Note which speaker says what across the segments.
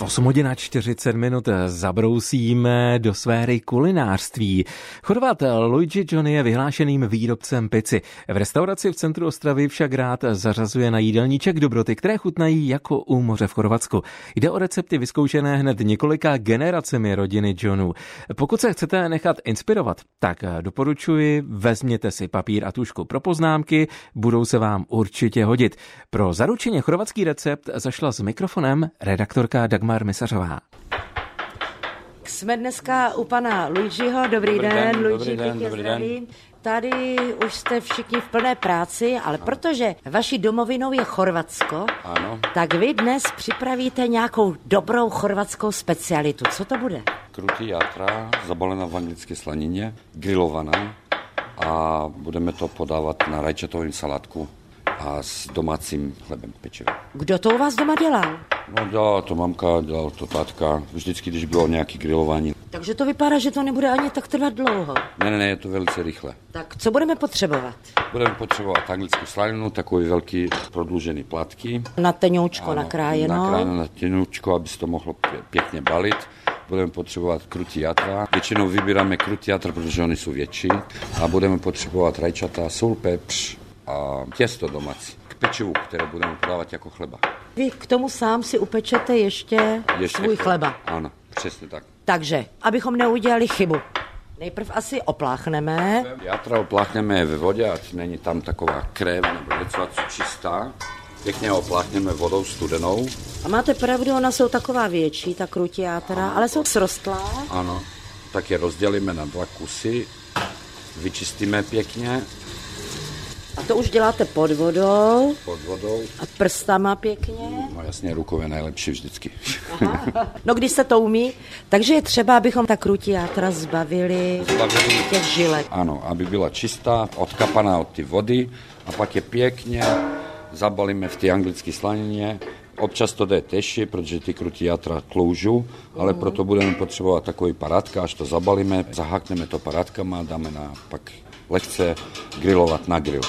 Speaker 1: 8 hodin a 40 minut eh, zabrousíme do sféry kulinářství. Chorvat eh, Luigi Johnny je vyhlášeným výrobcem pici. V restauraci v centru Ostravy však rád eh, zařazuje na jídelníček dobroty, které chutnají jako u moře v Chorvatsku. Jde o recepty vyzkoušené hned několika generacemi rodiny Johnů. Pokud se chcete nechat inspirovat, tak doporučuji, vezměte si papír a tušku pro poznámky, budou se vám určitě hodit. Pro zaručeně chorvatský recept zašla s mikrofonem redaktorka Dagmar Misařová.
Speaker 2: Jsme dneska u pana Luigiho. Dobrý, dobrý den, den, Luigi, dobrý den, dobrý zdraví. den. Tady už jste všichni v plné práci, ale ano. protože vaší domovinou je Chorvatsko,
Speaker 3: ano.
Speaker 2: tak vy dnes připravíte nějakou dobrou chorvatskou specialitu. Co to bude?
Speaker 3: Krutý játra, zabalena v anglické slanině, grilovaná a budeme to podávat na rajčatovém salátku a s domácím chlebem pečivým.
Speaker 2: Kdo to u vás doma dělal?
Speaker 3: No dělala to mamka, dělal to tátka, vždycky, když bylo nějaké grilování.
Speaker 2: Takže to vypadá, že to nebude ani tak trvat dlouho.
Speaker 3: Ne, ne, ne, je to velice rychle.
Speaker 2: Tak co budeme potřebovat?
Speaker 3: Budeme potřebovat anglickou slaninu, takový velký prodlužený plátky.
Speaker 2: Na tenoučko nakrájeno.
Speaker 3: Nakrájeno na tenoučko, aby se to mohlo pě- pěkně balit budeme potřebovat krutý jatra. Většinou vybíráme krutý jatra, protože oni jsou větší. A budeme potřebovat rajčata, sůl, pepř a těsto domácí k pečivu, které budeme podávat jako chleba.
Speaker 2: Vy k tomu sám si upečete ještě, ještě svůj chleba. chleba.
Speaker 3: Ano, přesně tak.
Speaker 2: Takže, abychom neudělali chybu. Nejprv asi opláchneme.
Speaker 3: Játra opláchneme ve vodě, ať není tam taková krev nebo něco, co čistá. Pěkně opláchneme vodou studenou.
Speaker 2: A máte pravdu, ona jsou taková větší, ta krutiátra, ale jsou srostlá.
Speaker 3: Ano, tak je rozdělíme na dva kusy, vyčistíme pěkně.
Speaker 2: A to už děláte pod vodou.
Speaker 3: Pod vodou.
Speaker 2: A prstama pěkně.
Speaker 3: No jasně, rukou je nejlepší vždycky.
Speaker 2: Aha. No když se to umí, takže je třeba, abychom ta krutiátra zbavili,
Speaker 3: Zbavili.
Speaker 2: těch žilek.
Speaker 3: Ano, aby byla čistá, odkapaná od ty vody a pak je pěkně zabalíme v té anglické slanině. Občas to jde teši, protože ty krutí jatra tloužu, ale mm. proto budeme potřebovat takový parátka, až to zabalíme, zahakneme to parátkama, dáme na pak lehce grilovat na grill.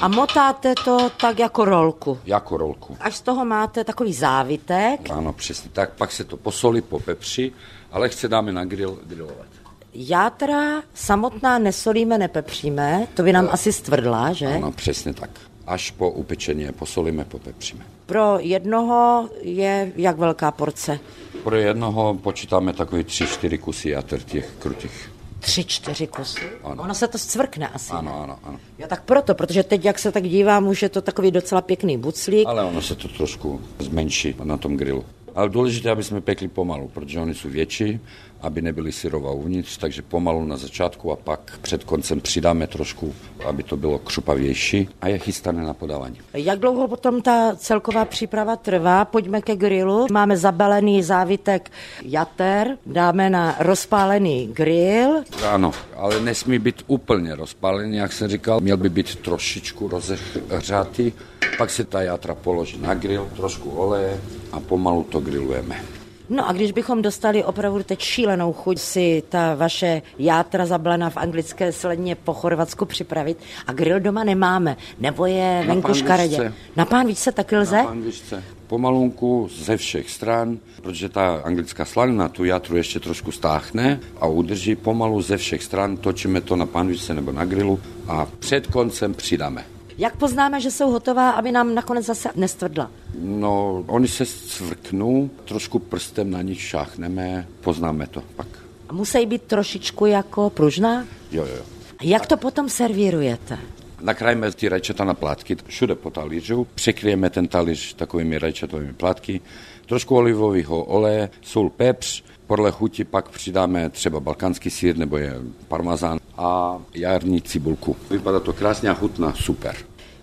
Speaker 2: A motáte to tak jako rolku.
Speaker 3: Jako rolku.
Speaker 2: Až z toho máte takový závitek.
Speaker 3: Ano, přesně tak. Pak se to posolí, popepří, ale chce dáme na grill grillovat.
Speaker 2: Játra samotná nesolíme, nepepříme, to by nám no. asi stvrdla, že?
Speaker 3: Ano, No, přesně tak až po upečení posolíme, popepříme.
Speaker 2: Pro jednoho je jak velká porce?
Speaker 3: Pro jednoho počítáme takový 3-4 kusy jatr těch krutých.
Speaker 2: Tři, čtyři kusy?
Speaker 3: Ano.
Speaker 2: Ono se to zcvrkne asi.
Speaker 3: Ano, ano, ano.
Speaker 2: Jo, tak proto, protože teď, jak se tak dívám, už je to takový docela pěkný buclík.
Speaker 3: Ale ono se to trošku zmenší na tom grilu. Ale důležité, aby jsme pekli pomalu, protože oni jsou větší, aby nebyly syrová uvnitř, takže pomalu na začátku a pak před koncem přidáme trošku, aby to bylo křupavější a je chystané na podávání.
Speaker 2: Jak dlouho potom ta celková příprava trvá? Pojďme ke grilu. Máme zabalený závitek jater, dáme na rozpálený grill.
Speaker 3: Ano, ale nesmí být úplně rozpálený, jak jsem říkal, měl by být trošičku rozehřátý, pak se ta játra položí na grill, trošku oleje a pomalu to grillujeme.
Speaker 2: No a když bychom dostali opravdu teď šílenou chuť si ta vaše játra zablená v anglické sledně po Chorvatsku připravit a grill doma nemáme, nebo je
Speaker 3: Na
Speaker 2: venku
Speaker 3: pánvičce.
Speaker 2: škaredě. Na pánvičce taky lze?
Speaker 3: Na pánvičce. Pomalunku ze všech stran, protože ta anglická slanina tu jatru ještě trošku stáhne a udrží pomalu ze všech stran, točíme to na pánvičce nebo na grilu a před koncem přidáme.
Speaker 2: Jak poznáme, že jsou hotová, aby nám nakonec zase nestvrdla?
Speaker 3: No, oni se cvrknou, trošku prstem na nich šáchneme, poznáme to pak.
Speaker 2: A musí být trošičku jako pružná?
Speaker 3: Jo, jo, jo.
Speaker 2: A jak to potom servírujete?
Speaker 3: Nakrajme ty rajčata na plátky, všude po talířu, překryjeme ten talíř takovými rajčatovými plátky, trošku olivového oleje, sůl, pepř, podle chuti pak přidáme třeba balkánský sír nebo je parmazán a jarní cibulku. Vypadá to krásně a chutná, super.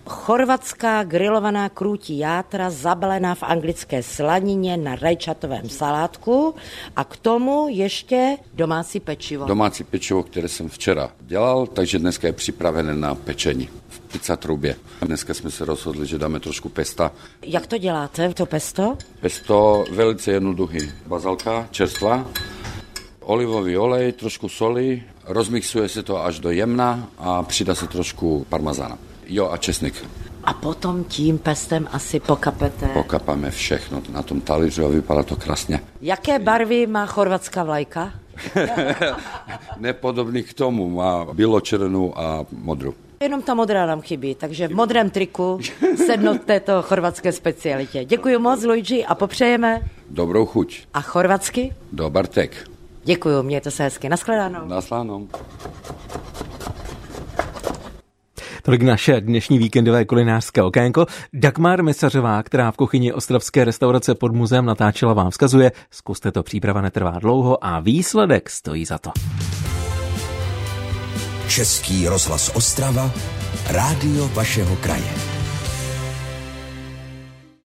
Speaker 2: Chorvatská grilovaná krůtí játra zabalená v anglické slanině na rajčatovém salátku a k tomu ještě domácí pečivo.
Speaker 3: Domácí pečivo, které jsem včera dělal, takže dneska je připravené na pečení v pizza trubě. Dneska jsme se rozhodli, že dáme trošku pesta.
Speaker 2: jak to děláte, to pesto?
Speaker 3: Pesto velice jednoduchý. Bazalka čerstvá, olivový olej, trošku soli, rozmixuje se to až do jemna a přidá se trošku parmazána. Jo a česnek.
Speaker 2: a potom tím pestem asi pokapete.
Speaker 3: Pokapáme všechno na tom talíři a vypadá to krásně.
Speaker 2: Jaké barvy má chorvatská vlajka?
Speaker 3: Nepodobný k tomu má bíločernou a modrou.
Speaker 2: Jenom ta modrá nám chybí, takže v modrém triku sednout této chorvatské specialitě. Děkuji moc, Luigi, a popřejeme.
Speaker 3: Dobrou chuť.
Speaker 2: A chorvatsky?
Speaker 3: Do Bartek.
Speaker 2: Děkuji, mějte se hezky. Naschledanou.
Speaker 3: Naschledanou.
Speaker 1: Tolik naše dnešní víkendové kulinářské okénko. Dagmar Mesařová, která v kuchyni ostravské restaurace pod muzeem natáčela, vám vzkazuje, zkuste to, příprava netrvá dlouho a výsledek stojí za to.
Speaker 4: Český rozhlas Ostrava, rádio vašeho kraje.